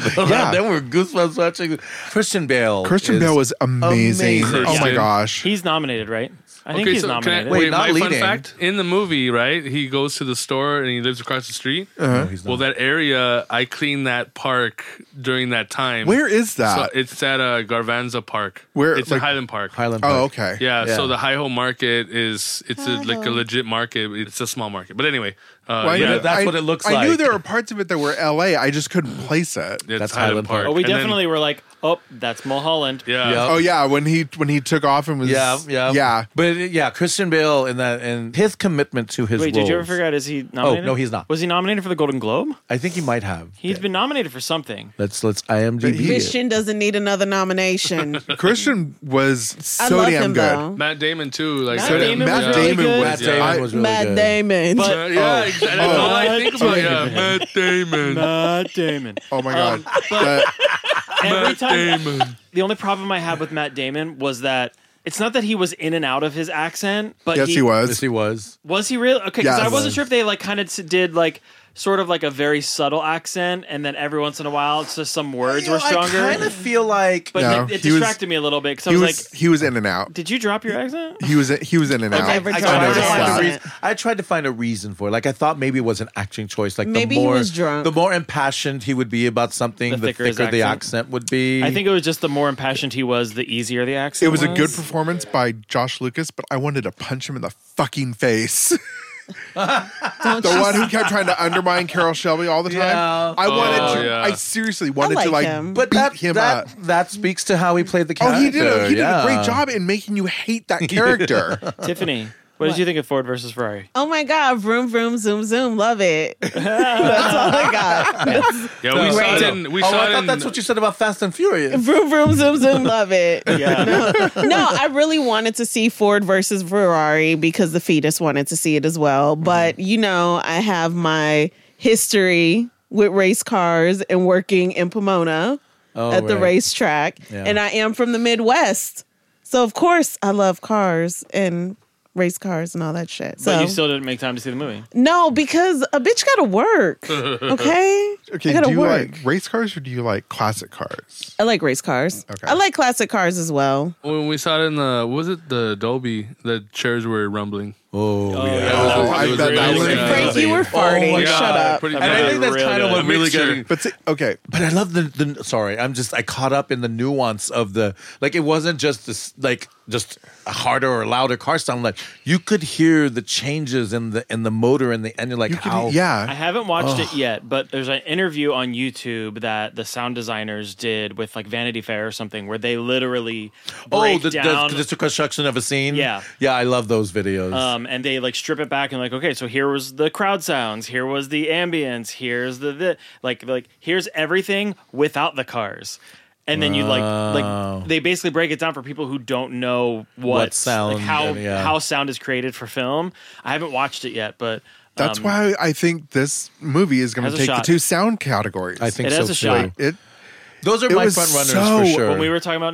D: Yeah.
B: then we were goosebumps watching Christian Bale.
D: Christian
B: is-
D: Bale was amazing.
B: amazing.
D: Oh my
E: Yeah.
D: gosh.
C: He's nominated, right? I think he's
E: can I-
C: nominated.
B: Wait, not
E: my
B: leading.
E: fun fact in the movie, right? He goes to the store and he lives across the street.
B: Uh-huh. No, he's not.
E: Well, that area, I cleaned that park during that time.
D: Where is
E: So
D: that?
E: it's at uh, Garvanza Park.
D: Where-
E: it's
D: like-
E: at Highland Park.
B: Highland Park.
D: oh, okay.
E: Yeah,
B: Yeah.
E: So the Hi Ho Market is it's a, like a legit market. It's a small market, but anyway, uh,
D: Well, I
E: yeah,
D: knew-
B: that's
D: I-
B: what it looks
D: I knew
B: like.
D: there were parts of it that were LA. I just couldn't place it.
E: it's
B: That's Highland
E: Highland
B: Park.
E: Park.
C: Oh, we
E: And then-
C: definitely were like, oh, that's Mulholland.
E: yeah.
B: Yeah.
D: Oh yeah, when he when he took off and was
B: Yeah, yeah,
D: yeah.
B: But uh, yeah, Christian Bale and that and his commitment to his
C: Wait, did you ever
B: roles.
C: figure out is he nominated?
B: Oh, no, he's not.
C: Was he nominated for the Golden Globe?
B: I think he might have.
C: He's been nominated for something.
B: Let's let's IMDb.
D: he-
B: it.
A: Christian doesn't need another nomination.
D: Christian was
A: I
D: so
A: love
D: damn
A: him
D: good.
A: though.
E: Oh. Matt Damon too. Like
C: Matt
D: So
E: uh,
D: that
C: Damon was
D: Matt
C: really
D: Damon
C: good.
D: was
B: Matt Damon
D: I-
B: was really
A: Matt
B: good.
A: Damon.
C: But-
E: Uh, yeah, exactly. That's all I think about. Yeah,
D: Oh.
E: Matt Damon.
C: Matt Damon.
D: Oh my
B: Uh,
D: god. But-
C: Every
E: Matt
C: time,
E: Damon.
C: the only problem I had with Matt Damon was that it's not that he was in and out of his accent, but
D: yes, he was.
B: Yes, he was.
C: Was he real? Okay, because
D: Yes.
C: I wasn't sure if they like kind of did like sort of like a very subtle accent, and then every once in a while, it's just some words were stronger.
B: I kind of feel like
C: but
D: No,
C: it, it
D: he was-
C: distracted me a little bit because I
D: he
C: was,
D: was
C: like,
D: he was in and out.
C: "Did you drop your accent?"
D: He was he was in and out.
A: I never
B: I
A: tried
B: tried, to
D: noticed
B: find a
D: that.
B: reason, I tried to find a reason for it. Like I thought maybe it was an acting choice. Like
A: Maybe
B: the
A: he
B: more
A: was drunk.
B: the more impassioned he would be about something,
C: The
B: the thicker,
C: thicker his
B: the
C: accent.
B: accent would be.
C: I think it was just the more impassioned he was, the easier the accent.
D: It was a good performance by Josh Lucas, but I wanted to punch him in the fucking face. the one who kept trying to undermine Carol Shelby all the time.
B: Yeah.
D: I wanted
E: Oh,
D: to.
E: yeah.
D: I seriously wanted
A: like
D: to like
A: him.
D: beat
B: but that
D: him
B: that
D: up.
B: that speaks to how he played the
D: Oh,
B: character.
D: he did. A, he did
B: yeah.
D: a great job in making you hate that character.
C: Tiffany. What, did you think of Ford versus Ferrari?
A: Oh my God, vroom, vroom, zoom, zoom. Love it. That's all I got.
E: Yeah, we saw
A: Right.
E: it in. We
B: oh,
E: saw
B: I
E: it
B: thought
E: in.
B: that's what you said about Fast and Furious.
A: Vroom, vroom, zoom, zoom. Love it.
C: Yeah,
A: no, I really wanted to see Ford versus Ferrari because the fetus wanted to see it as
C: Mm-hmm.
A: well. But you know, I have my history with race cars and working in Pomona
B: Oh,
A: at the
B: right.
A: racetrack,
B: Yeah.
A: and I am from the Midwest, so of course I love cars and race cars and all that shit. So
C: but you still didn't make time to see the movie.
A: no, because a bitch gotta work. Okay, I
D: Okay,
A: gotta
D: do you
A: work.
D: like race cars or do you like classic cars?
A: I like race cars.
D: Okay.
A: I like classic cars as well.
E: when we saw it in the was it the Dolby? The chairs were rumbling.
B: Oh, yeah.
D: Oh, I bet that was
C: good.
D: Yeah.
A: Frank, you were farting. Shut up.
E: Pretty
B: And I
E: bad.
B: think that's
C: Really
B: kind of
C: good.
B: what
E: Really
B: really
E: good.
B: good.
D: But see, okay,
B: But I love the, the sorry, I'm just I caught up in the nuance of the like it wasn't just this like just a harder or louder car sound like you could hear the changes in the in the motor and the and you're like
D: you could,
B: how
C: I
D: yeah,
C: haven't watched it yet, but there's an interview on YouTube that the sound designers did with like Vanity Fair or something, where they literally
B: oh
C: break
B: the, the,
C: down
B: just a construction of a scene
C: Yeah.
B: yeah I love those videos
C: um, and they like strip it back and like, okay, so here was the crowd sounds, here was the ambience, here's the, the like like here's everything without the cars. And then you like
B: Wow.
C: like they basically break it down for people who don't know what,
B: What sound
C: like how
B: and- yeah.
C: how sound is created for film. I haven't watched it yet, but
D: that's
C: um,
D: why I think this movie is going
C: Has
D: to
C: a
D: take the
C: shot.
D: two sound categories.
B: I think
C: it
B: so
C: has a
B: too.
C: shot.
D: it.
B: Those are
D: It
B: my
D: was
B: front runners
D: so-
B: for sure.
C: when we were talking about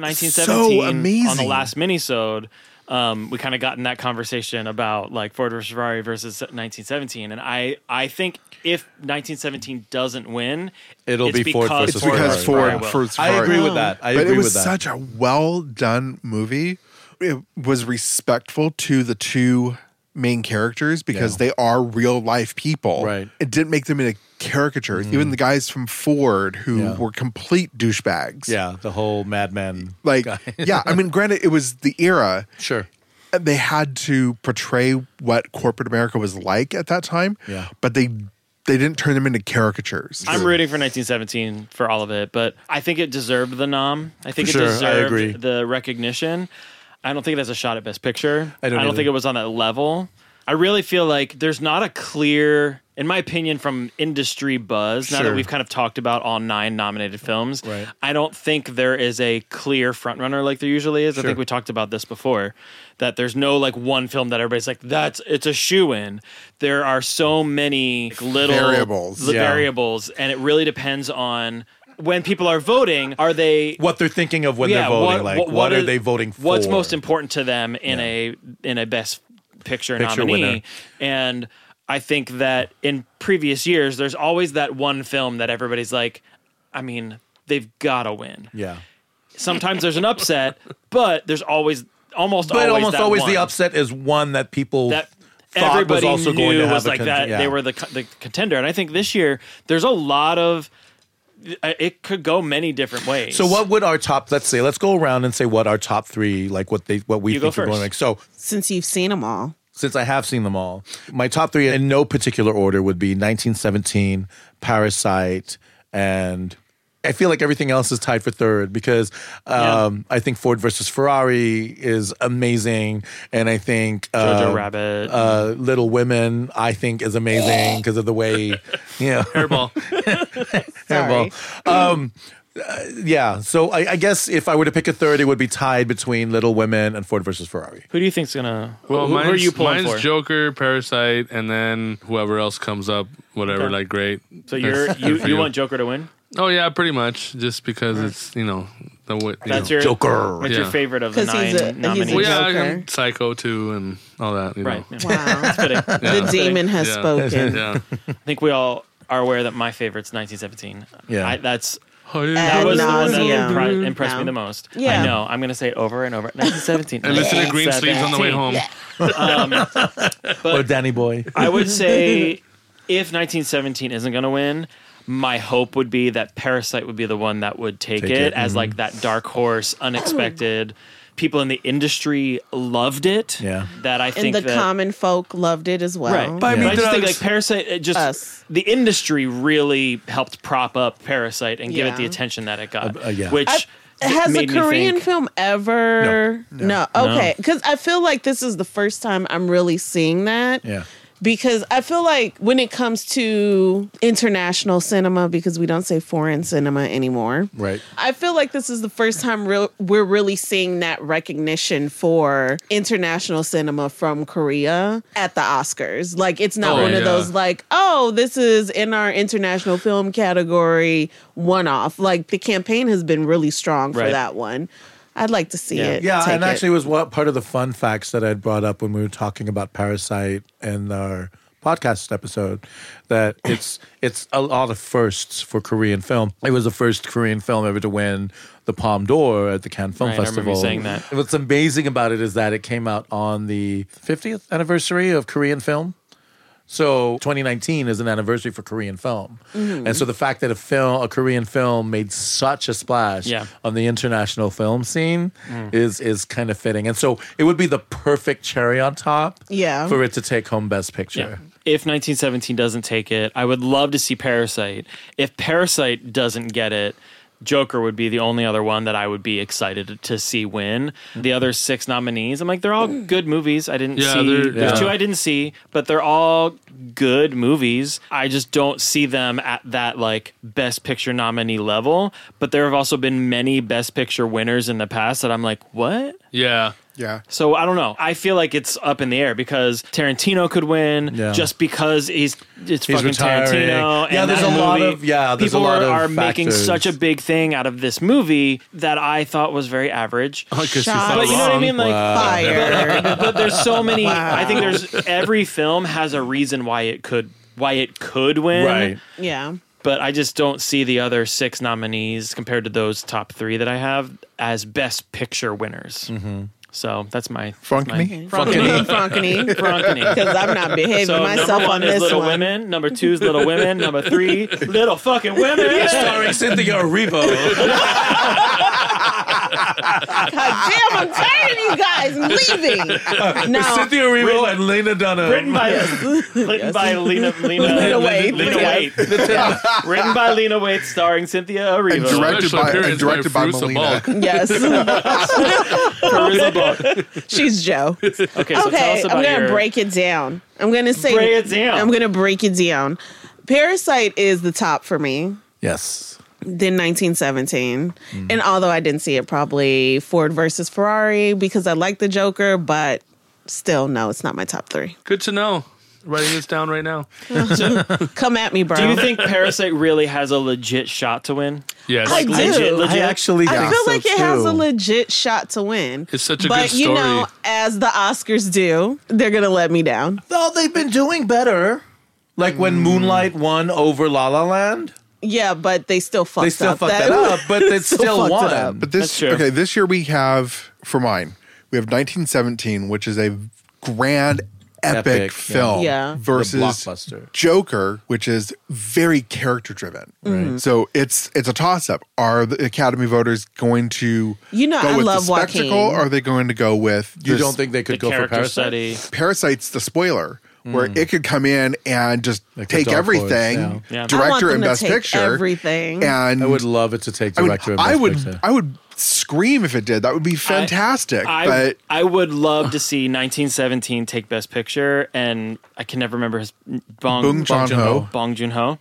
C: 1917 on the
D: amazing.
C: last minisode, um, we kind of got in that conversation about like Ford versus Ferrari versus 1917, and I I think if 1917 doesn't win,
B: It'll
C: it's
B: be Ford
C: because
B: versus
C: Ford
B: Ferrari.
D: because
B: Ferrari
D: Ford
C: will.
D: first.
B: I
D: Ferrari.
B: agree with that. I
D: but
B: agree
D: it was
B: with that.
D: such a well done movie. It was respectful to the two main characters because they are real life people.
B: Right. Mm-hmm.
D: It didn't make them into caricatures. Even the guys from Ford who
B: Yeah.
D: were complete douchebags.
B: yeah, the whole madman.
D: Like, yeah, I mean, granted, it was the era.
B: Sure.
D: and They had to portray what corporate America was like at that time.
B: Yeah.
D: But they they didn't turn them into caricatures.
C: I'm rooting for 1917 for all of it, but I think it deserved the nom. I think
B: For
C: it
B: sure, I
C: deserved
B: agree.
C: the recognition. I don't think it has a shot at Best Picture.
B: I don't either.
C: think it was on that level. I really feel like there's not a clear, in my opinion, from industry buzz. Now
B: Sure.
C: that we've kind of talked about all nine nominated films,
B: Right.
C: I don't think there is a clear frontrunner like there usually is. I think we talked about this before that there's no like one film that everybody's like that's it's a shoe in. There are so many like, little
D: Variables.
C: the
B: Yeah.
C: variables, and it really depends on when people are voting. Are they
B: What they're thinking of when
C: yeah,
B: they're voting,
C: what,
B: like
C: what-
B: what,
C: what
B: are, they voting for?
C: What's most important to them in a in a best picture,
B: Picture
C: nominee?
B: winner.
C: And I think that in previous years, there's always that one film that everybody's like, I mean, they've got to win.
B: Yeah.
C: Sometimes there's an upset, but there's always almost
B: But
C: always
B: almost
C: that
B: always the
C: one
B: upset is one that people
C: that
B: thought
C: everybody
B: was also
C: knew
B: going to have
C: was
B: a
C: like
B: con-
C: that.
B: yeah.
C: They were the co- the contender, and I think this year there's a lot of uh, it could go many different ways.
B: So what would our top? Let's say let's go around and say what our top three, like what they what we
C: You go
B: think are going
C: first.
B: like. So
A: Since you've seen them all.
B: since I have seen them all, my top three in no particular order would be 1917, Parasite, and I feel like everything else is tied for third because um, I think Ford versus Ferrari is amazing, and I think
C: Jojo
B: um,
C: Rabbit.
B: uh, Little Women, I think is amazing because of the way, you know,
E: Hairball.
A: Sorry.
B: yeah. So I, I guess if I were to pick a third, it would be tied between Little Women and Ford versus Ferrari.
C: who do you think's gonna?
E: Well,
C: who,
E: mine's,
C: who are you pulling
E: mine's
C: for?
E: Joker, Parasite, and then whoever else comes up, whatever.
C: Okay.
E: Like great.
C: so you're
E: That's
C: you,
E: good for
C: you want Joker to win?
E: Oh yeah, pretty much. Just because it's you know the way. you
C: That's
E: know.
C: your
B: Joker.
C: What's your
E: Yeah.
C: favorite of the
A: 'Cause
C: nine
A: he's a- he's a
C: nominees?
E: Well, yeah,
A: Joker.
E: and Psycho too, and all that. You
C: Right.
E: Know.
C: yeah.
A: Wow.
C: Kidding.
A: The demon has
E: Yeah.
A: spoken.
E: Yeah.
C: I think we all are aware that my favorite's 1917.
B: Yeah.
C: I, that's
A: Ad
E: Oh,
C: that was the one that
A: nauseam.
C: impre- impressed me
A: No.
C: the most.
A: Yeah.
C: I know. I'm gonna say over and over. 1917.
E: and listen to Green
C: 1917.
E: Sleeves on the way home.
B: Or Danny Boy.
C: Um, I would say if 1917 isn't going to win, my hope would be that Parasite would be the one that would take,
B: Take
C: it,
B: it, mm-hmm.
C: as like that dark horse, unexpected. People in the industry loved it.
B: Yeah. Oh.
C: That I
A: And
C: think
A: the
C: that,
A: common folk loved it as well.
C: Right.
B: I
C: But I,
B: mean,
C: just think
B: that's-
C: like Parasite, it just
A: Us.
C: the industry really helped prop up Parasite and give
A: Yeah.
C: it the attention that it got.
B: uh, yeah.
C: Which
A: I- Has a
C: made me
A: Korean
C: think.
A: film ever? No. Okay. Because I feel like this is the first time I'm really seeing that.
B: Yeah.
A: Because I feel like when it comes to international cinema, because we don't say foreign cinema anymore,
B: Right.
A: I feel like this is the first time real, we're really seeing that recognition for international cinema from Korea at the Oscars. Like, it's not
E: Oh,
A: one of
E: yeah.
A: those, like, oh, this is in our international film category one off. Like, the campaign has been really strong for
C: Right.
A: that one. I'd like to see
C: Yeah.
A: it.
B: Yeah,
A: take
B: and
A: it.
B: actually, was what part of the fun facts that I'd brought up when we were talking about Parasite and our podcast episode that it's it's a lot of firsts for Korean film. It was the first Korean film ever to win the Palme d'Or at the Cannes Film
C: Right, I remember
B: Festival.
C: you saying that.
B: What's amazing about it is that it came out on the 50th anniversary of Korean film. So 2019 is an anniversary for Korean film,
C: Mm-hmm.
B: and so the fact that a film, a Korean film, made such a splash
C: Yeah. Mm.
B: on the international film scene is is kind of fitting, and so it would be the perfect cherry on top,
A: Yeah.
B: for it to take home Best Picture.
C: If 1917 doesn't take it, I would love to see Parasite. If Parasite doesn't get it, Joker would be the only other one that I would be excited to see win. The other six nominees, I'm like, they're all good movies. I didn't
E: Yeah,
C: see.
E: they're-
C: There's
B: yeah.
C: two I didn't see, but they're all good movies. I just don't see them at that like best picture nominee level. But there have also been many best picture winners in the past that I'm like, what?
E: Yeah.
D: Yeah.
C: So I don't know. I feel like it's up in the air because Tarantino could win
B: Yeah.
C: just because he's it's
B: He's
C: fucking
B: retiring.
C: Tarantino.
B: Yeah,
C: and
B: there's
C: that
B: a lot
C: movie-
B: of- yeah, there's a
C: people
B: lot
C: are,
B: of
C: are making
B: factors.
C: such a big thing out of this movie that I thought was very average.
E: Because
A: Shots.
C: But you know what I mean? Like
A: Fired.
C: but there's so many. I think there's every film has a reason why it could why it could win.
B: Right.
A: yeah.
C: But I just don't see the other six nominees compared to those top three that I have as best picture winners. So that's my
D: Mm-hmm. Funk
C: that's my-
D: me.
A: Frunkany. Frunkany.
C: Frunkany.
A: Because I'm not behaving
C: So
A: myself
C: number
A: on
C: one is
A: this
C: Little
A: one.
C: Women. Number two is Little Women. Number three, Little Fucking Women.
B: Starring Cynthia Erivo.
A: God damn, I'm tired of you guys
C: Uh,
A: leaving. No,
B: Cynthia Erivo and Lena Dunham.
C: Written by written by Lena Lena
A: Lena Waithe.
C: Waite. Lena
A: Yeah.
C: Waithe. written by Lena Waite, starring Cynthia
D: And
C: Erivo.
D: directed
E: Special
D: by, and
E: appearance by
D: directed by
E: Frusa
D: Melina.
E: Balk.
A: yes,
C: Carissa Balk.
A: she's Joe.
C: Okay, so tell us
A: okay,
C: about
A: I'm gonna
C: your
A: break it down. I'm gonna say
C: Break it down.
A: I'm gonna break it down. Parasite is the top for me.
B: Yes.
A: Then 1917,
C: Mm-hmm.
A: and although I didn't see it, probably Ford versus Ferrari because I like the Joker, but still, no, it's not my top three.
E: Good to know. Writing this down right now.
A: Come at me, bro.
C: Do you think Parasite really has a legit shot to win?
E: Yes.
A: I do.
C: legit, legit.
B: I actually
A: I
B: think
A: feel
B: so
A: like it
B: too.
A: has a legit shot to win.
E: It's such a
A: but
E: good
A: you
E: story.
A: know, as the Oscars do, they're gonna let me down.
B: Though they've been doing better. Like when Moonlight won over La La Land,
A: Yeah, but they still fucked
B: they still
A: up.
B: fucked that up, but it's still,
A: fucked it
B: won.
A: up.
D: But
C: That's
D: this
C: true.
D: okay, this year we have for mine, we have 1917, which is a grand epic,
B: Epic, yeah.
D: film
A: Yeah. The
D: versus
B: blockbuster.
D: Joker, which is very character driven.
A: Mm-hmm.
D: So it's it's a toss up. Are the Academy voters going to
A: You know,
D: go
A: I
D: with
A: love
D: the spectacle
A: Joaquin.
D: or are they going to go with
B: You
D: this-
B: don't think they
C: The
B: could go for
C: character
B: Parasite?
C: study.
D: Parasite's the spoiler, where it could come in and just
B: Mm. Like a
D: take
B: dark horse,
D: everything,
B: yeah.
C: Yeah.
A: I want
D: director
A: them
D: and
A: to
D: best
A: take
D: picture,
A: Everything.
D: and
B: I would love it to take
D: I would,
B: director.
D: I would,
B: and Best Picture.
D: I would scream if it did. That would be fantastic.
C: I,
D: but
C: I would love to see 1917 take Best Picture, and I can never remember his Bong
D: Bong Joon-ho.
C: Bong Joon Ho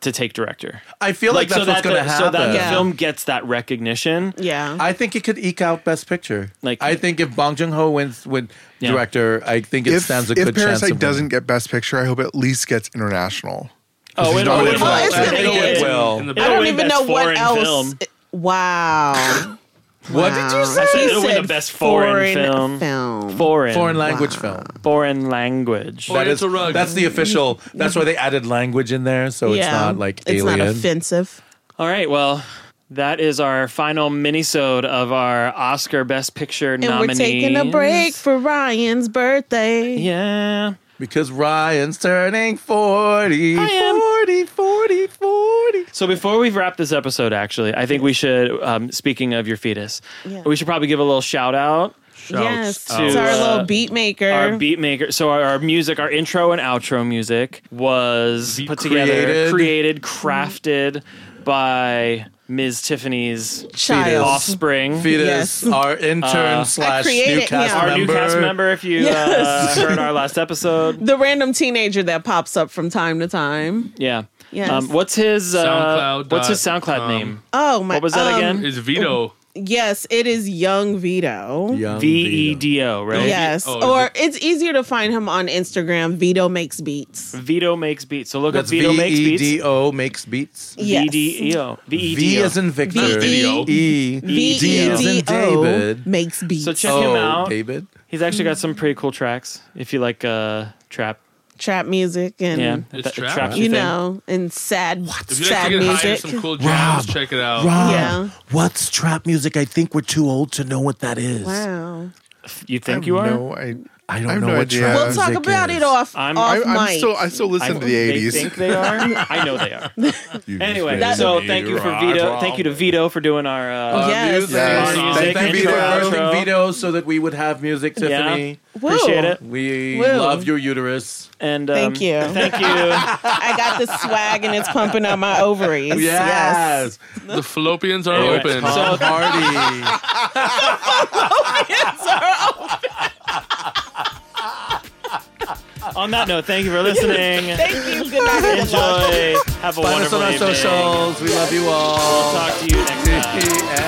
C: to take director.
B: I feel like, that's what's
C: that
B: going to
C: the-
B: happen.
C: So that
A: Yeah.
C: the film gets that recognition.
A: yeah.
B: I think it could eke out Best Picture.
C: Like-
B: I think if Bong Joon Ho wins with
C: Yeah.
B: director, I think it
D: if,
B: stands a good
D: if
B: chance.
D: Parasite
B: of
D: doesn't
B: winning.
D: get Best Picture, I hope it at least gets international.
C: Oh,
D: This is
C: it'll, win
D: not what it
C: Best-
A: was. Oh, it's gonna
C: it'll
A: get
C: win-
A: it.
B: Well,
E: In the
C: it'll
A: I don't
C: win
A: even
C: Best
A: know what
C: Foreign
A: else.
C: Film.
A: Wow.
B: what did you say?
A: Wow.
C: said
A: He
C: it'll win the
A: said
C: best foreign film.
A: film.
C: Foreign,
B: Foreign language film.
C: foreign language.
E: Foreign-
B: That is,
E: Oriental rug.
B: that's the official. That's why they added language in there, so it's not like alien.
A: It's not offensive.
C: All right, well, that is our final minisode of our Oscar Best Picture
A: And
C: nominees.
A: we're taking a break for Ryan's birthday.
C: Yeah.
B: because Ryan's turning 40.
C: I am.
B: 40, 40, 40.
C: So before we wrap this episode, actually, I think we should, um, speaking of your fetus,
A: Yeah.
C: we should probably give a little shout out.
A: Yes,
E: Shouts out.
A: it's our
C: uh,
A: little beat maker.
C: Our beat maker, so our, our music, our intro and outro music was put together,
B: created.
C: created, crafted by Ms. Tiffany's
A: Child.
C: offspring.
B: Fetus,
A: Yes.
B: our intern
C: Uh,
B: slash
A: I created
B: new cast
A: him.
C: Our
B: member.
C: new cast member, if you
A: Yes.
C: uh, heard our last episode.
A: The random teenager that pops up from time to time.
C: Yeah.
A: Yes.
C: Um, what's his uh,
E: SoundCloud
C: What's his
E: dot
C: SoundCloud
E: com.
C: name?
A: Oh my!
C: What was that
A: um,
C: again?
E: Is Vito?
A: Yes, it is Young Vito.
B: Young
C: V E
B: Vito.
C: D O, right?
A: Yes,
E: Oh, is
A: or
E: it-
A: it's easier to find him on Instagram. Vito makes beats.
C: Vito makes beats. So look
B: That's
C: up Vito
B: V
C: makes
B: E D
C: beats.
B: O makes beats.
A: Yes.
C: V D E O. V E
B: V
C: D
B: is
C: O.
B: in Victor.
A: V E-
B: E.
A: V
B: D
A: E
B: is
A: D
B: in
A: O
B: David.
A: makes beats.
C: So check him
B: Oh,
C: out.
B: David.
C: He's actually got some pretty cool tracks. If you like uh, trap,
A: trap music and
C: yeah,
E: It's
C: that-
E: trap.
C: trapsy
A: you
C: thing.
A: know and sad
E: If you like
A: sad
E: to get high to
A: music.
E: some cool jams,
B: Rob.
E: check it out.
B: Rob,
A: Yeah.
B: what's trap music? I think we're too old to know what that is.
A: Wow.
C: You
D: I
C: think you are?
D: No, I,
B: I don't
D: I have
B: know
D: no
B: what
D: idea.
B: trap
A: We'll
B: music
A: talk about
B: is.
A: it off
C: I'm-
A: off
D: I,
A: mic.
D: I'm still, I still listen
C: I-
D: to the
C: They
D: '80s.
C: think they are. I know they are.
D: You just
C: Anyway,
D: made it
C: so
D: up.
C: thank you for Vito. Thank you to Vito for doing our. Uh,
A: Yes.
E: music,
D: Yes.
E: song.
D: Thank
B: Thank
D: you,
B: you for
D: Vito.
B: birthing
C: Intro.
B: Vito so that we would have music,
C: Yeah.
B: Tiffany.
A: Woo.
C: Appreciate it.
B: We
A: Woo.
B: love your uterus.
C: And um,
A: Thank you.
C: Thank you.
A: I got the swag and it's pumping out my ovaries. Yes.
B: Yes.
E: The fallopians are
C: Anyway,
E: open.
C: so-
B: Tom Hardy.
C: On that note, thank you for listening.
A: Thank you. Good night. Good luck.
C: Enjoy. Have a
B: Find us
C: wonderful
B: on our
C: evening.
B: socials. We love you all.
C: Talk to you next time.
B: Yeah.